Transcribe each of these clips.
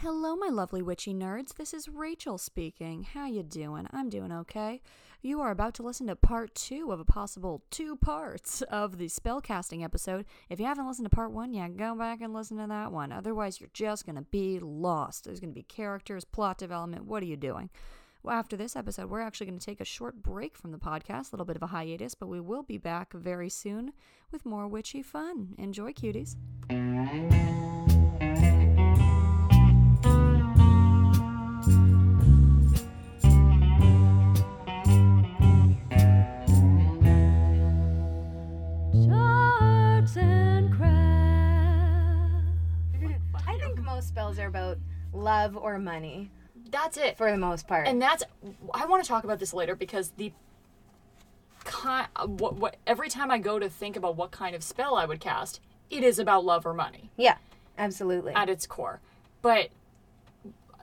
Hello, my lovely witchy nerds. This is Rachel speaking. How you doing? I'm doing okay. You are about to listen to part two of a possible two parts of the spellcasting episode. If you haven't listened to part one yet, go back and listen to that one. Otherwise, you're just gonna be lost. There's gonna be characters, plot development. What are you doing? Well, after this episode, we're actually going to take a short break from the podcast, a little bit of a hiatus, but we will be back very soon with more witchy fun. Enjoy, cuties. Charts and I think most spells are about love or money That's it. for the most part. and that's I want to talk about this later because the kind what, what every time I go to think about what kind of spell I would cast, it is about love or money yeah, absolutely. at its core. But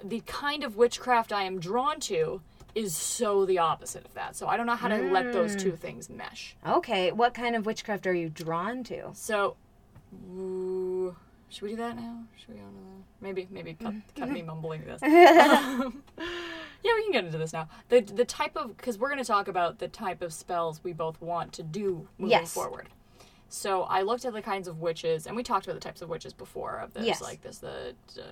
the kind of witchcraft I am drawn to is so the opposite of that. So I don't know how to let those two things mesh. okay, what kind of witchcraft are you drawn to? So ooh, should we do that now? Should we go into that? Maybe maybe cut, Mm-hmm. cut me mumbling this. Yeah, we can get into this now. The the type of because we're going to talk about the type of spells we both want to do moving Yes. forward. So I looked at the kinds of witches, and we talked about the types of witches before. Of this, Yes. like this, the uh,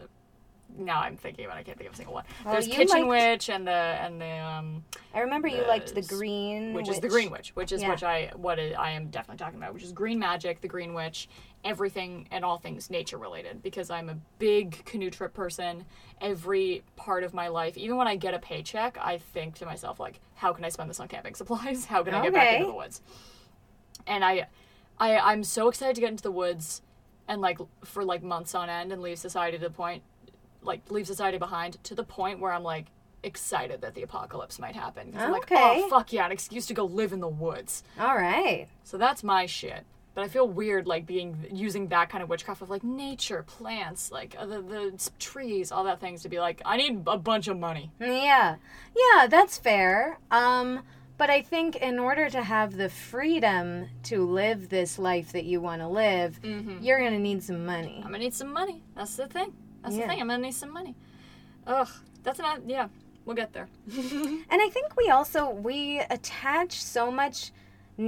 now I'm thinking about. it, I can't think of a single one. Well, There's you liked- kitchen witch and the and the um, I remember you liked the The s- green, which is the green witch, which is Yeah. which I what I I am definitely talking about, which is green magic, the green witch, everything and all things nature related because I'm a big canoe trip person. Every part of my life, even when I get a paycheck, I think to myself like, how can I spend this on camping supplies? How can I get back Okay. into the woods? And I, I I'm so excited to get into the woods, and like for like months on end, and leave society to the point like leave society behind to the point where I'm like excited that the apocalypse might happen. 'Cause I'm like, Okay. oh fuck yeah, an excuse to go live in the woods. All right. So that's my shit. But I feel weird like being using that kind of witchcraft of like nature, plants, like uh, the, the s- trees, all that things to be like I need a bunch of money. Yeah. Yeah, that's fair. Um but I think in order to have the freedom to live this life that you want to live, Mm-hmm. you're going to need some money. I'm gonna need some money. That's the thing. That's Yeah. the thing. I'm gonna need some money. Ugh, that's not. Yeah, we'll get there. And I think we also we attach so much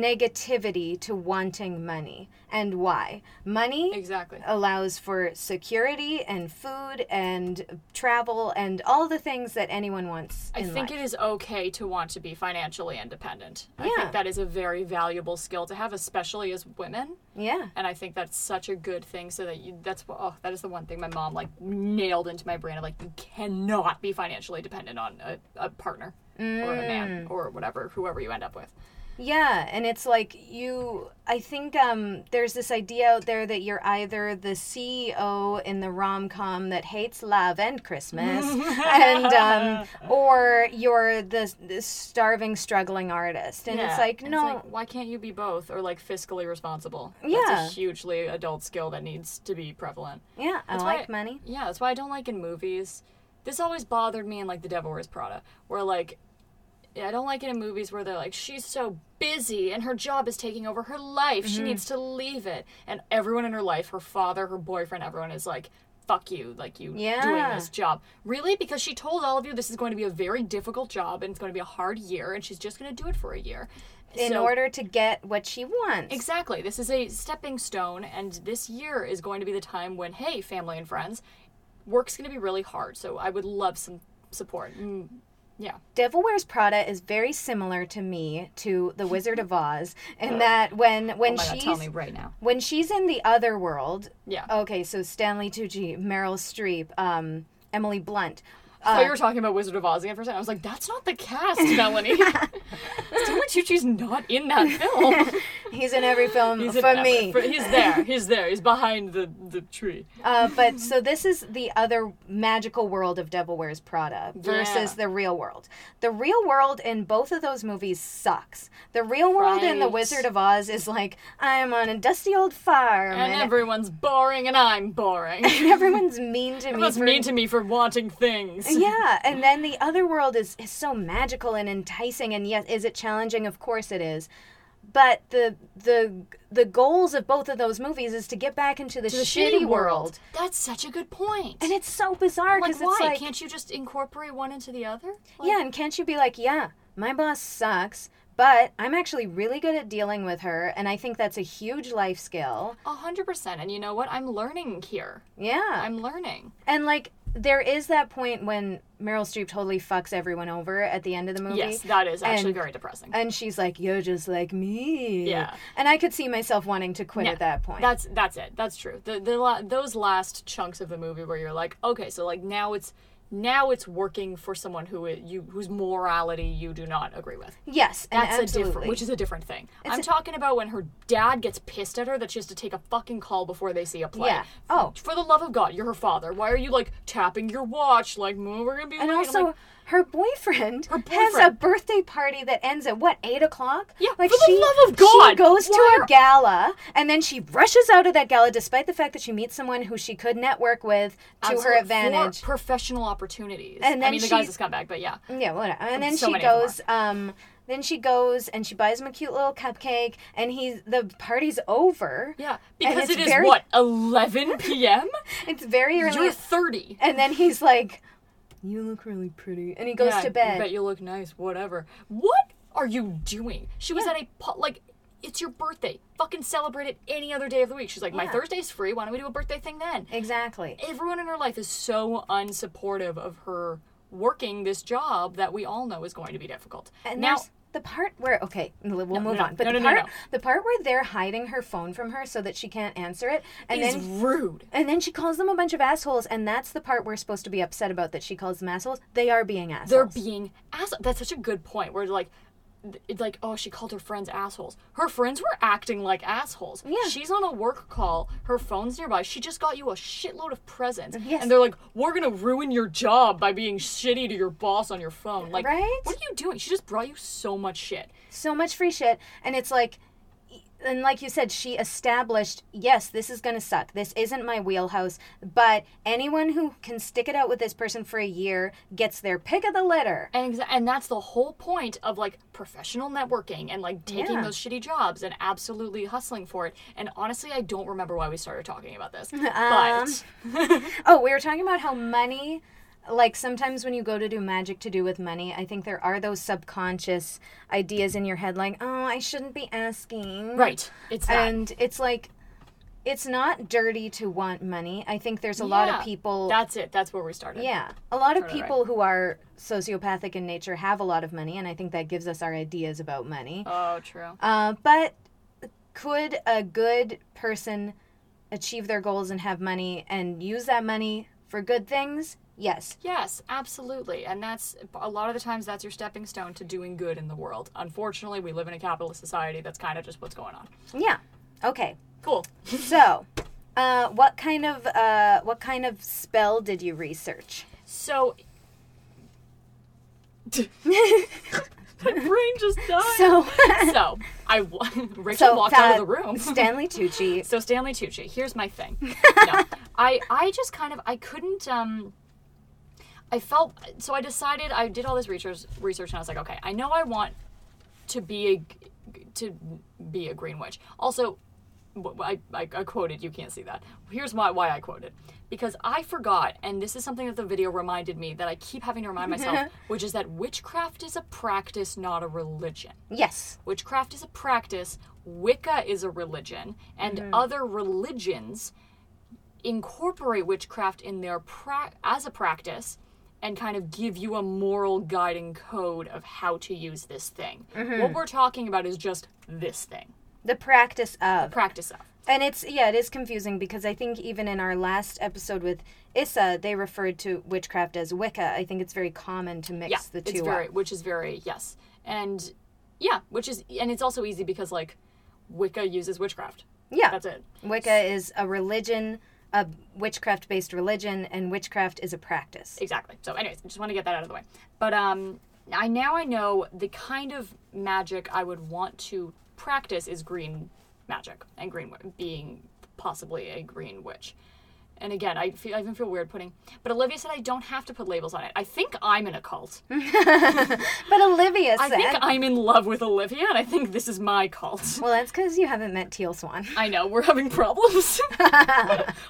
negativity to wanting money and why. Money Exactly. allows for security and food and travel and all the things that anyone wants. I in think life. it is okay to want to be financially independent. I Yeah. think that is a very valuable skill to have, especially as women. Yeah. And I think that's such a good thing. So that you, that's what- oh, that is the one thing my mom like nailed into my brain. of like you cannot be financially dependent on a, a partner or a Mm. man or whatever, whoever you end up with. Yeah, and it's like you I think um there's this idea out there that you're either the CEO in the rom-com that hates love and Christmas and um or you're the, the starving struggling artist. And it's like And no why can't you be both or like fiscally responsible? Yeah. that's a hugely adult skill that needs to be prevalent. yeah, I That's why- like money. Yeah, that's why I don't like in movies. This always bothered me in like The Devil Wears Prada, where like I don't like it in movies where they're like she's so busy and her job is taking over her life. Mm-hmm. She needs to leave it, and everyone in her life, her father, her boyfriend, everyone is like. Fuck you, like you doing Yeah. this job. Really? Because she told all of you this is going to be a very difficult job and it's going to be a hard year and she's just going to do it for a year. In So- order to get what she wants. Exactly. This is a stepping stone, and this year is going to be the time when, hey, family and friends, work's going to be really hard. So I would love some support. Mm, yeah. Devil Wears Prada is very similar to me to The Wizard of Oz in that when when Uh, Oh my God, she's tell me right now. when she's in the other world. Yeah. Okay, so Stanley Tucci, Meryl Streep, um, Emily Blunt. I thought you were talking about Wizard of Oz again for a second. I was like, that's not the cast, Melanie. Stanley Tucci's not in that film. He's in every film He's in for that- me. for- he's there. He's there. He's behind the, the tree. Uh, but so this is the other magical world of Devil Wears Prada versus Yeah. the real world. The real world in both of those movies sucks. The real world in The Right. Wizard of Oz is like I'm on a dusty old farm And everyone's boring, and I'm boring. everyone's mean to me. Everyone's for- mean to me for wanting things. yeah, and then the other world is, is so magical and enticing, and yes, is it challenging? Of course it is. but the the the goals of both of those movies is to get back into the, to the shitty shitty world. world. That's such a good point. And it's so bizarre like, because why it's like, can't you just incorporate one into the other? Like, yeah, and can't you be like, yeah, my boss sucks, but I'm actually really good at dealing with her, and I think that's a huge life skill. a hundred percent. And you know what? I'm learning here. Yeah, I'm learning. and like there is that point when Meryl Streep totally fucks everyone over at the end of the movie. Yes, that is actually And- very depressing. And she's like, "You're just like me." Yeah. And I could see myself wanting to quit Yeah, at that point. That's that's it. That's true. The the la- those last chunks of the movie where you're like, okay, so like now it's now it's working for someone who i- you whose morality you do not agree with. yes, and That's absolutely. a different, which is a different thing. I'm talking about when her dad gets pissed at her that she has to take a fucking call before they see a play. Yeah. Oh. for the love of God, you're her father. Why are you like tapping your watch? Like, "Mm, we're gonna be And late." I'm also, like, her boyfriend has a boyfriend. birthday party that ends at what eight o'clock? Yeah, for the love of God, she goes why to are- a gala and then she rushes out of that gala, despite the fact that she meets someone who she could network with to absolute- her advantage. for professional opportunities. And I then mean, the she- guy's a scumbag, but yeah, Yeah, whatever. And then So she many of them goes. Um, then she goes and she buys him a cute little cupcake, and he's the party's over. yeah, And because it's it is very- what 11 p.m. It's very early. You're 30. And then he's like, "You look really pretty," and he goes Yeah, to You bed. bet you look nice, whatever. What are you doing? She was at a pu- like it's your birthday. Fucking celebrate it any other day of the week. She's like, My Yeah. Thursday's free, why don't we do a birthday thing then? Exactly. Everyone in her life is so unsupportive of her working this job that we all know is going to be difficult. And now there's the part where okay, we'll we'll move no, on. But no, the no, no, part no. the part where they're hiding her phone from her so that she can't answer it, and is then rude. and then she calls them a bunch of assholes, and that's the part we're supposed to be upset about that she calls them assholes. They are being assholes. They're being assholes. That's such a good point. Where like, th- it's like, oh, she called her friends assholes. Her friends were acting like assholes. Yeah. She's on a work call. Her phone's nearby. She just got you a shitload of presents. Yes. And they're like, we're gonna ruin your job by being shitty to your boss on your phone. Like, Right? what are you doing? She just brought you so much shit. so much free shit, and it's like. And like you said, she established, yes, this is going to suck. This isn't my wheelhouse. But anyone who can stick it out with this person for a year gets their pick of the litter. And, exa- and that's the whole point of like professional networking and like taking Yeah. those shitty jobs and absolutely hustling for it. And honestly, I don't remember why we started talking about Um, this. but Oh, we were talking about how money, like sometimes when you go to do magic to do with money, I think there are those subconscious ideas in your head, like, oh, I shouldn't be asking. right, it's that. And it's like, it's not dirty to want money. I think there's a lot Yeah. of people. That's it. That's where we started. yeah. A lot of Totally right. people who are sociopathic in nature have a lot of money, and I think that gives us our ideas about money. Oh, true. Uh, but could a good person achieve their goals and have money and use that money for good things? Yes. Yes, absolutely. And that's a lot of the times that's your stepping stone to doing good in the world. Unfortunately, we live in a capitalist society. That's kind of just what's going on. Yeah. Okay. Cool. So, uh, what kind of uh, what kind of spell did you research? So. My brain just died. So, So, I wa- Rachel so walked out of the uh, room. Stanley Tucci. So Stanley Tucci, here's my thing. No, I I just kind of I couldn't um I felt so I decided I did all this research research and I was like, okay, I know I want to be a g- to be a green witch. Also w- I, I, I quoted you can't see that here's why why i quoted because i forgot and this is something that the video reminded me that i keep having to remind myself which is that witchcraft is a practice not a religion Yes. Witchcraft is a practice, Wicca is a religion, and Mm-hmm. other religions incorporate witchcraft in their pra- as a practice and kind of give you a moral guiding code of how to use this thing. Mm-hmm. What we're talking about is just this thing, The practice of. practice of. And it's yeah, it is confusing because I think even in our last episode with Issa, they referred to witchcraft as Wicca. I think it's very common to mix Yeah, the two it's up. very, which is very yes, and yeah, which is and it's also easy because like Wicca uses witchcraft. Yeah. That's it. Wicca is a religion, a witchcraft based religion, and witchcraft is a practice. Exactly. So, anyways, I just want to get that out of the way. But um, I now I know the kind of magic I would want to practice is green magic and green wi- being possibly a green witch. And again, I feel I even feel weird putting. But Olivia said I don't have to put labels on it. I think I'm in a cult. But Olivia I said, think I'm in love with Olivia, and I think this is my cult. "Well, that's because you haven't met Teal Swan." I know we're having problems.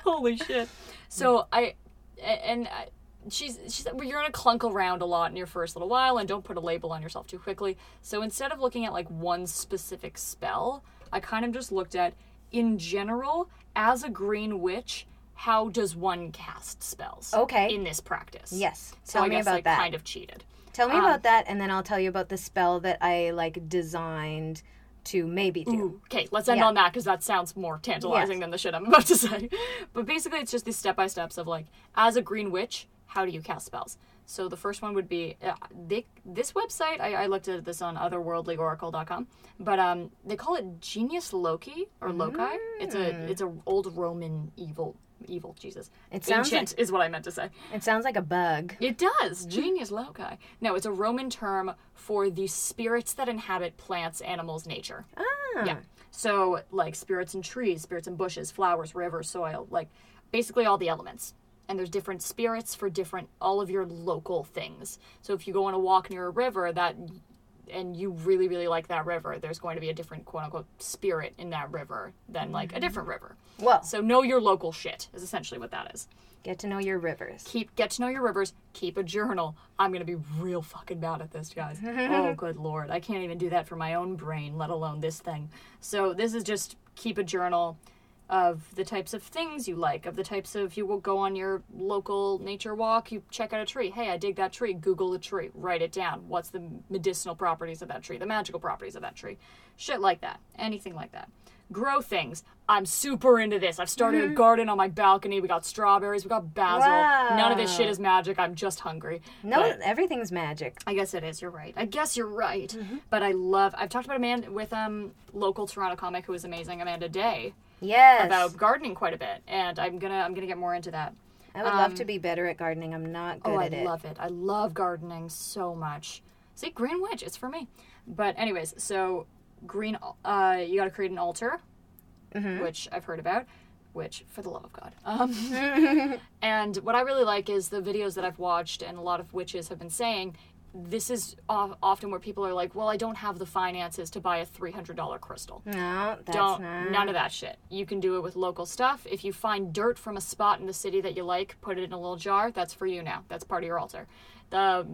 Holy shit! So I a- and I, she's she's well, you're gonna clunk around a lot in your first little while, and don't put a label on yourself too quickly. So instead of looking at like one specific spell, I kind of just looked at in general as a green witch. How does one cast spells? Okay. In this practice. Yes. So Tell I me guess about I that. kind of um, cheated. Tell me about that, and then I'll tell you about the spell that I like designed to maybe do. Okay, let's end Yeah. on that because that sounds more tantalizing Yes. than the shit I'm about to say. But basically, it's just these step by steps of like, as a green witch, how do you cast spells? So the first one would be uh, they, this website. I, I looked at this on otherworldlyoracle.com, but um, they call it Genius Loki or Loci. It's a it's a old Roman evil evil Jesus. Mm. It sounds ancient is what I meant to say. It sounds like a bug. It does. Genius loci. No, it's a Roman term for the spirits that inhabit plants, animals, nature. Ah. Yeah. So, like spirits in trees, spirits in bushes, flowers, rivers, soil, like basically all the elements. And there's different spirits for different all of your local things. So if you go on a walk near a river that and you really really like that river, there's going to be a different quote unquote spirit in that river than like a different river. Well, So know your local shit is essentially what that is get to know your rivers. keep get to know your rivers keep a journal i'm gonna be real fucking bad at this guys oh good lord i can't even do that for my own brain let alone this thing so this is just keep a journal of the types of things you like of the types of you will go on your local nature walk you check out a tree hey i dig that tree google the tree write it down what's the medicinal properties of that tree the magical properties of that tree shit like that anything like that grow things i'm super into this i've started a garden on my balcony we got strawberries we got basil none of this shit is magic i'm just hungry No, But- everything's magic. I guess it is. You're right. I guess you're right. But I love. I've talked about a man with um local Toronto comic who is amazing, Amanda Day, Yes. about gardening quite a bit, and I'm gonna I'm gonna get more into that. I would love to be better at gardening. I'm not good um, Oh, I at it. love it. I love gardening so much. See, Green Witch, it's for me. But anyways, so green, uh, you got to create an altar, which I've heard about. Which, for the love of God, um, and what I really like is the videos that I've watched, and a lot of witches have been saying. This is of- often where people are like, "Well, I don't have the finances to buy a three hundred dollar crystal." no, that's don't not. none of that shit. You can do it with local stuff. If you find dirt from a spot in the city that you like, put it in a little jar. That's for you now. That's part of your altar. The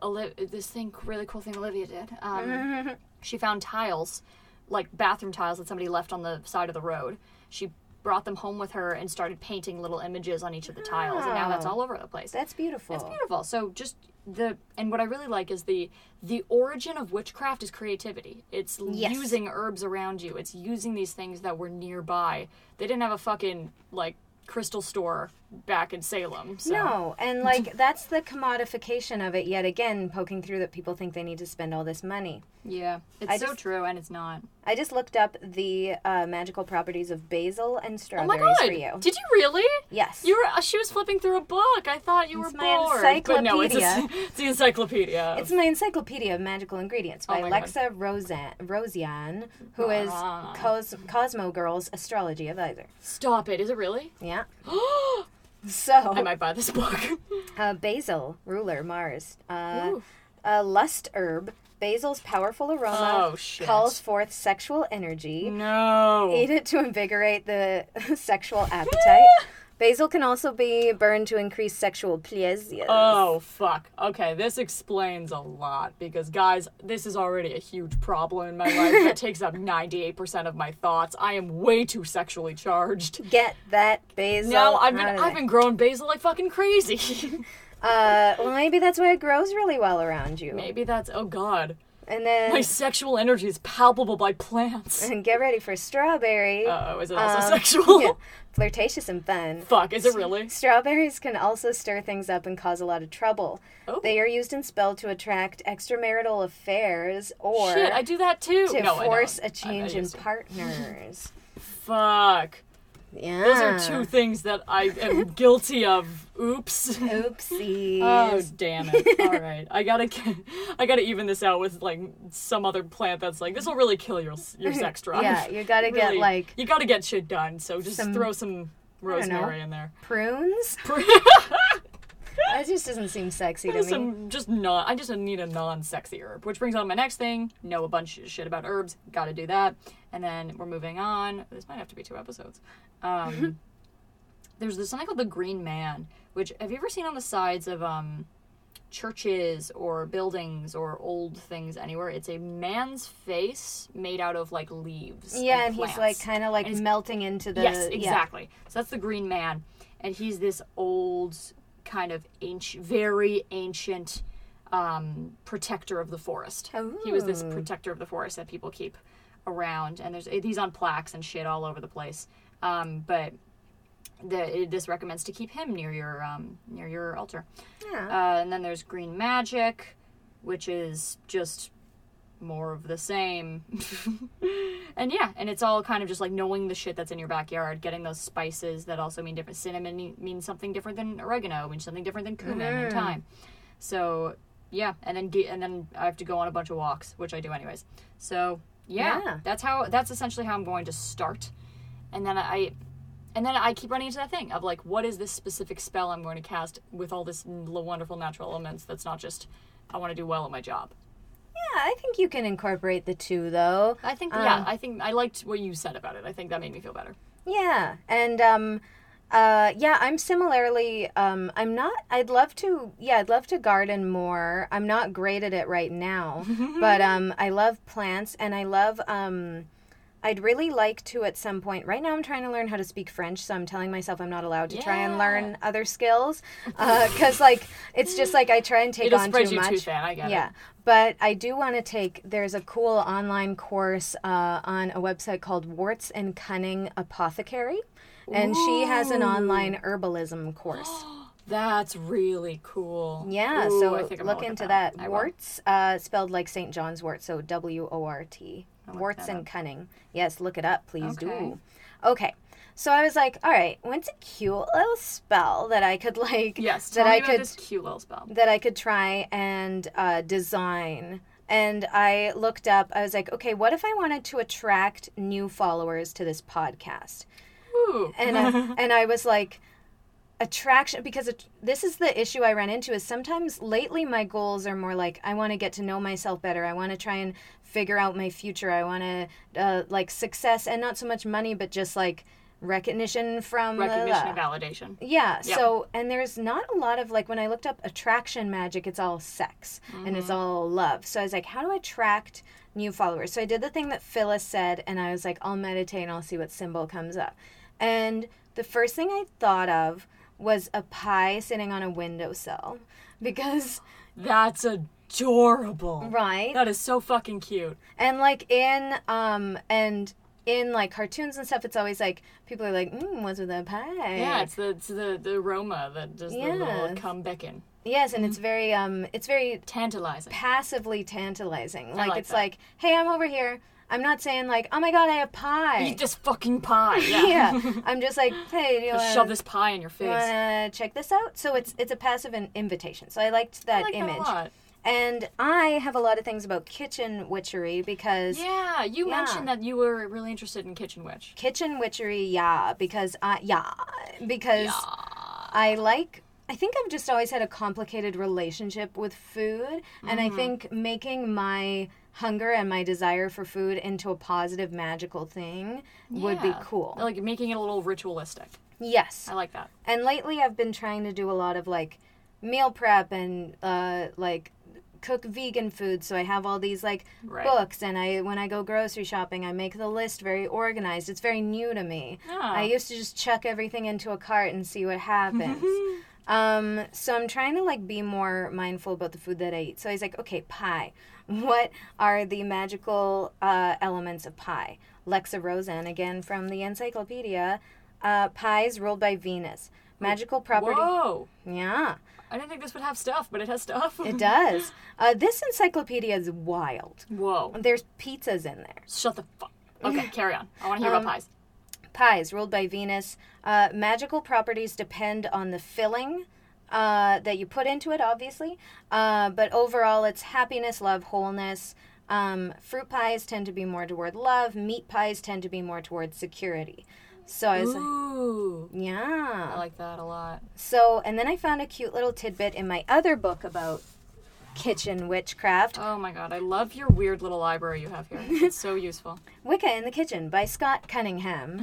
Oli- this thing really cool thing Olivia did. Um, she found tiles, like bathroom tiles that somebody left on the side of the road. She brought them home with her and started painting little images on each of the tiles, and now that's all over the place. That's beautiful. It's beautiful. So just the and what I really like is the the origin of witchcraft is creativity. It's Yes. using herbs around you. It's using these things that were nearby. They didn't have a fucking like crystal store back in Salem. So No, and like that's the commodification of it yet again, poking through that people think they need to spend all this money. yeah, it's I so just- true, and it's not. I just looked up the uh, magical properties of basil and Oh my strawberries god! for you. Did you really? yes. You were. uh, She was flipping through a book. I thought you were my bored. But no, it's, a, it's the encyclopedia. it's my encyclopedia of magical ingredients by Oh my God. Alexa Rosan- Rosian, who is Cos- Cosmo Girl's astrology advisor. Stop it! Is it really? Yeah. I So might buy this book. Uh, basil, ruler, Mars. Uh, Ooh. uh, lust herb. Basil's powerful aroma Oh, shit. calls forth sexual energy. no. Eat it to invigorate the sexual appetite. basil can also be burned to increase sexual pleasure. Oh fuck. Okay, this explains a lot because guys, this is already a huge problem in my life that takes up 98% of my thoughts. I am way too sexually charged. Get that basil. Now I've been out of I've there. been growing basil like fucking crazy. Uh, well, maybe that's why it grows really well around you. Maybe that's oh god. And then My sexual energy is palpable by plants. and get ready for strawberry. Oh, is it also sexual? Um, yeah, flirtatious and fun. Fuck, is it really? Strawberries can also stir things up and cause a lot of trouble. Oh. They are used in spell to attract extramarital affairs or Shit, I do that too. to no, I don't. force I- I a change in used to. partners. Fuck. yeah. Those are two things that I am guilty of. Oops. Oopsies. Oh damn it! All right, I gotta, I gotta even this out with like some other plant that's like this will really kill your your sex drive. yeah, you gotta get Really, like you gotta get shit done. So just some- throw some rosemary in there. Prunes? that just doesn't seem sexy to Just me. some, just not. I just need a non-sexy herb, which brings on my next thing. Know a bunch of shit about herbs. Got to do that, and then we're moving on. This might have to be two episodes. Um, there's this something called the Green Man, which have you ever seen on the sides of um, churches or buildings or old things anywhere? It's a man's face made out of like leaves. Yeah, and he's like plants. kind of like And it's- melting into the. Yes, yeah. exactly. So that's the Green Man, and he's this old, kind of ancient, very ancient um, protector of the forest. He was this protector of the forest that people keep around, and there's he's on plaques and shit all over the place. Um, but the, it- this recommends to keep him near your um, near your altar. Yeah. Uh, and then there's green magic, which is just more of the same. and yeah, and it's all kind of just like knowing the shit that's in your backyard, getting those spices that also mean different. Cinnamon mean- means something different than oregano, means something different than cumin and thyme. So yeah, and then ge- and then I have to go on a bunch of walks, which I do anyways. So yeah, Yeah. that's how that's essentially how I'm going to start. And then I and then I keep running into that thing of like, what is this specific spell I'm going to cast with all this n- wonderful natural elements that's not just, I want to do well at my job. Yeah, I think you can incorporate the two though. I think, Um, yeah, I think I liked what you said about it. I think that made me feel better. Yeah, and um, uh, yeah, I'm similarly. Um, I'm not. I'd love to. Yeah, I'd love to garden more. I'm not great at it right now, but um, I love plants and I love um. I'd really like to at some point. Right now, I'm trying to learn how to speak French, so I'm telling myself I'm not allowed to try and Yeah. learn other skills, because like it's just like I try and take It'll on spread too you much. too thin. I get Yeah, it. but I do want to take. There's a cool online course uh, on a website called Warts and Cunning Apothecary, and she has an online herbalism course. That's really cool. Yeah, Ooh, so I think I'm look gonna into at that. I will. Warts, uh, spelled like St. John's wort, so W O R T. Warts and Cunning. Yes, look it up, please Okay. do. Okay. So I was like, all right, what's a cute little spell that I could like Yes, that tell I me about could this cute little spell. that I could try and uh, design. And I looked up, I was like, okay, what if I wanted to attract new followers to this podcast? Ooh. And I, and I was like, attraction because it, this is the issue I run into is sometimes lately my goals are more like I want to get to know myself better. I want to try and figure out my future. I want to uh, like success and not so much money, but just like recognition from blah, blah, Recognition blah. and validation. Yeah, So, and there's not a lot of like when I looked up attraction magic, it's all sex and Mm-hmm. it's all love. So I was like, how do I attract new followers? So I did the thing that Phyllis said, and I was like, I'll meditate and I'll see what symbol comes up. And the first thing I thought of was a pie sitting on a windowsill because, That's adorable. right? That is so fucking cute. And like in um and in like cartoons and stuff, it's always like people are like, mm, "What's with that pie?" Yeah, it's the it's the, the aroma that does the little Yes. come beckon. yes, Mm-hmm. and it's very um, it's very Tantalizing. passively tantalizing. Like, like it's that. like, hey, I'm over here. I'm not saying like, oh my god, I have pie. Eat this fucking pie. Yeah. yeah, I'm just like, hey, do you Just shove want this pie in your face. to check this out? So it's it's a passive in- invitation. So I liked that I like image. that a lot. And I have a lot of things about kitchen witchery because Yeah, you Yeah. mentioned that you were really interested in Kitchen Witch. kitchen witchery, yeah, because I yeah because I like. I think I've just always had a complicated relationship with food, and Mm-hmm. I think making my hunger and my desire for food into a positive magical thing would be Yeah. cool. Like making it a little ritualistic. Yes. I like that. And lately I've been trying to do a lot of like meal prep and uh like cook vegan food so I have all these like Right. books and I when I go grocery shopping I make the list very organized. It's very new to me. I used to just chuck everything into a cart and see what happens. um so I'm trying to like be more mindful about the food that I eat. So I was like, okay, pie. What are the magical uh, elements of pie? Lexa Rosen again from the encyclopedia. Uh, pies ruled by Venus. Magical property. Whoa! Yeah. I didn't think this would have stuff, but it has stuff. It does. Uh, this encyclopedia is wild. Whoa! There's pizzas in there. Shut the fuck. Okay, carry on. I want to hear Um, about pies. Pies ruled by Venus. Uh, magical properties depend on the filling uh, that you put into it, obviously. Uh, but overall, it's happiness, love, wholeness. Um, fruit pies tend to be more toward love. Meat pies tend to be more toward security. So I was like, Ooh. yeah. I like that a lot. So, and then I found a cute little tidbit in my other book about kitchen witchcraft Oh my god, I love your weird little library you have here. It's so useful. Wicca in the Kitchen by Scott Cunningham.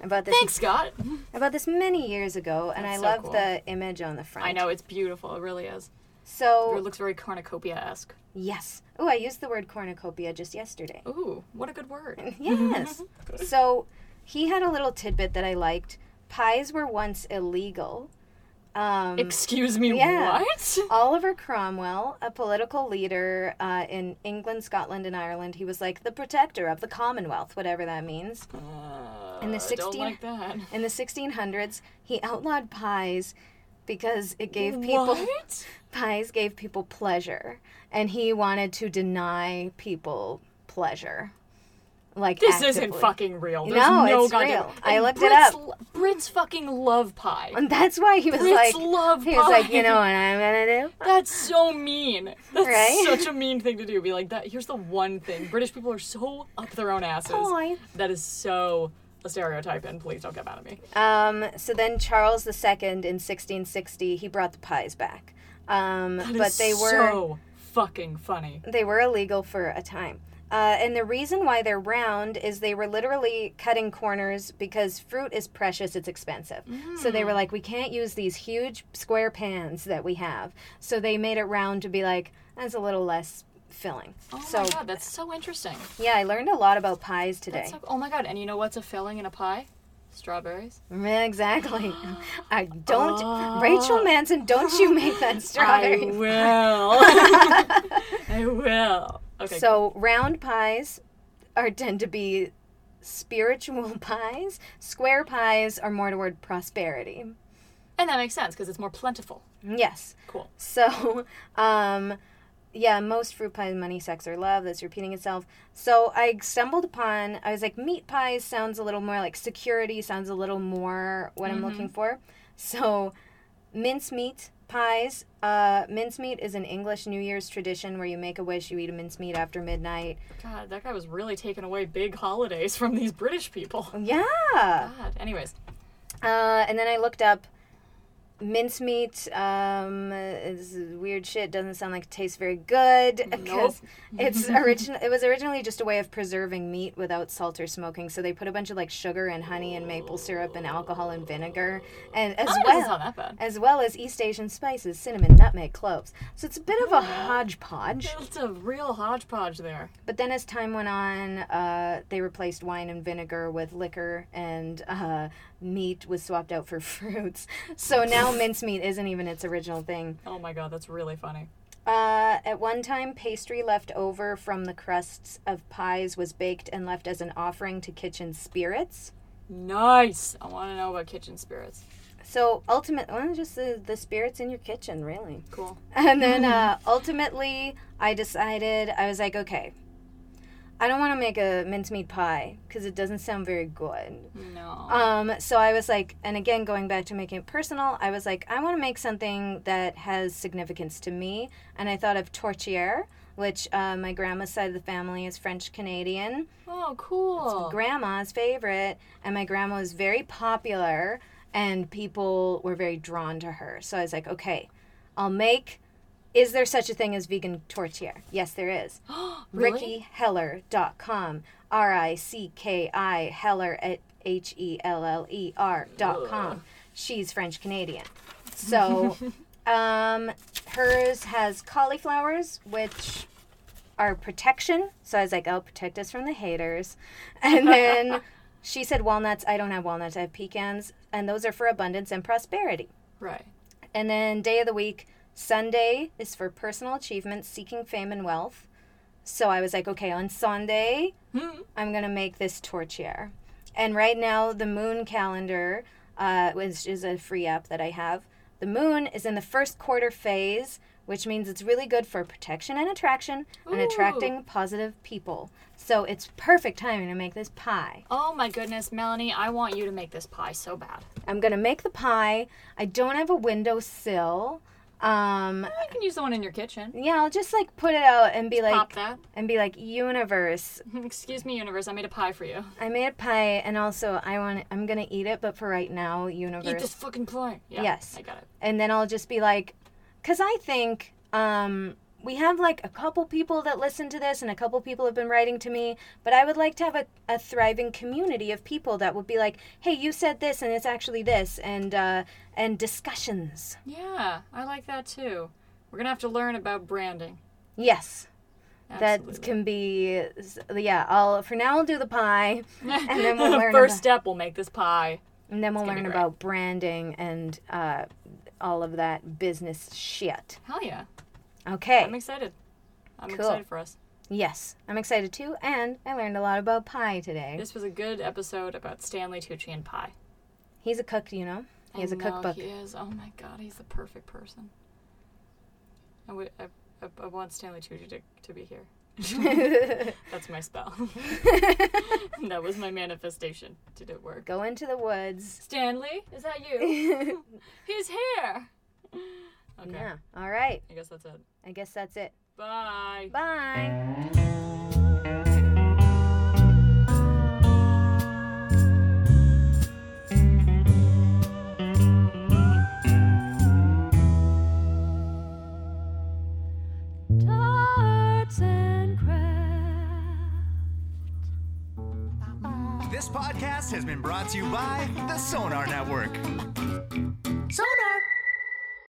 about this Thanks, Scott. about this many years ago and That's I so love cool. the image on the front. I know it's beautiful. It really is. It So, looks very cornucopia esque. yes. Oh, I used the word cornucopia just yesterday. Ooh, what a good Mm. word. Yes. so he had a little tidbit that I liked. Pies were once illegal. Um, Excuse me, yeah. what? Oliver Cromwell, a political leader uh, in England, Scotland, and Ireland, he was like the protector of the Commonwealth, whatever that means. In the Uh, Don't 16 like that. In the 1600s, he outlawed pies because it gave people What? pies gave people pleasure, and he wanted to deny people pleasure. Like This isn't actively. fucking real. There's No, no, it's goddamn- real. I And looked it Brits up. lo- Brits fucking love pie. And that's why he was Brits like, love he was like, pie. you know what I'm gonna do? That's so mean. That's Right? such a mean thing to do. Be like that. Here's the one thing British people are so up their own asses. Pie. That is so a stereotype, and please don't get mad at me. Um, so then Charles II in 1660, he brought the pies back. Um, That but is they were so fucking funny. they were illegal for a time. Uh, and the reason why they're round is they were literally cutting corners because fruit is precious, it's expensive. So they were Mm. like, we can't use these huge square pans that we have. So they made it round to be like, that's a little less filling. Oh so my god, that's so interesting. yeah, I learned a lot about pies today. That's so, oh my god, and you know what's a filling in a pie? Strawberries. Exactly. I don't, Rachel Manson, don't you make that strawberry. I will. I will. Okay. So round pies are tend to be spiritual pies. Square pies are more toward prosperity. and that makes sense because it's more plentiful. Yes. Cool. So, um, yeah, most fruit pies, money, sex, or love. That's repeating itself. So I stumbled upon. I was like, meat pies sounds a little more like security. Sounds a little more what I'm looking for. So, mincemeat pies. Uh, mincemeat is an English New Year's tradition where you make a wish, you eat a mincemeat after midnight. God, that guy was really taking away big holidays from these British people. Yeah. God. Anyways, Uh, and then I looked up mincemeat. Um, is weird shit. Doesn't sound like it tastes very good because it's original. It was originally just a way of preserving meat without salt or smoking. So they put a bunch of like sugar and honey and maple syrup and alcohol and vinegar, and as that doesn't well sound that bad. as well as East Asian spices, cinnamon, nutmeg, cloves. So it's a bit of a hodgepodge. It's a real hodgepodge there. But then as time went on, uh, they replaced wine and vinegar with liquor, and uh, meat was swapped out for fruits. So now mincemeat isn't even its original thing. Oh my god, that's really funny. Uh, at one time, pastry left over from the crusts of pies was baked and left as an offering to kitchen spirits. Nice. I want to know about kitchen spirits. So ultimately, well, just the, the spirits in your kitchen, really. Cool. And then uh, ultimately, I decided, I was like, okay, I don't want to make a mincemeat pie because it doesn't sound very good. No. Um, so I was like, and again, going back to making it personal, I was like, I want to make something that has significance to me. And I thought of tortillere, which uh, my grandma's side of the family is French Canadian. oh, cool. Grandma's favorite. And my grandma was very popular, and people were very drawn to her. So I was like, okay, I'll make. Is there such a thing as vegan tortillere? Yes, there is. RickyHeller.com. R I C K I Heller at H E L L E R dot com. She's French Canadian. So um, hers has cauliflowers, which are protection. So I was like, oh, protect us from the haters. And then she said walnuts. I don't have walnuts, I have pecans. And those are for abundance and prosperity. Right. And then day of the week, Sunday is for personal achievement, seeking fame and wealth. So I was like, okay, on Sunday, I'm going to make this tortillere. And right now, the moon calendar, uh, which is a free app that I have, the moon is in the first quarter phase, which means it's really good for protection and attraction and Ooh. attracting positive people. So it's perfect timing to make this pie. Oh my goodness, Melanie, I want you to make this pie so bad. I'm gonna make the pie. I don't have a windowsill. Um, You can use the one in your kitchen. yeah, I'll just like put it out and be Pop like, that. and be like, universe, Excuse me, universe. I made a pie for you. I made a pie, and also I want, I'm gonna eat it, but for right now, universe. Eat this fucking pie. Yeah, Yes. I got it. and then I'll just be like, because I think um, we have like a couple people that listen to this, and a couple people have been writing to me, but I would like to have a, a thriving community of people that would be like, hey, you said this, and it's actually this, and uh, and discussions. Yeah, I like that too. We're gonna have to learn about branding. Yes. That Absolutely. can be, s- yeah. I'll for now I'll do the pie, and then we'll The learn first about, step will make this pie. and then we'll gonna learn be great. about branding and uh, all of that business shit. Hell yeah! Okay. I'm excited. I'm Cool. excited for us. Yes, I'm excited too, and I learned a lot about pie today. This was a good episode about Stanley Tucci and pie. He's a cook, you know. He has I a know cookbook. He is. Oh my god, he's the perfect person. I would. I, I, I want Stanley Tucci to, to be here. That's my spell. that was my manifestation. Did it work? Go into the woods. Stanley, is that you? he's here. Okay. Yeah. All right. I guess that's it. I guess that's it. Bye. Bye. Arts and crafts. This podcast has been brought to you by the Sonar Network. Sonar!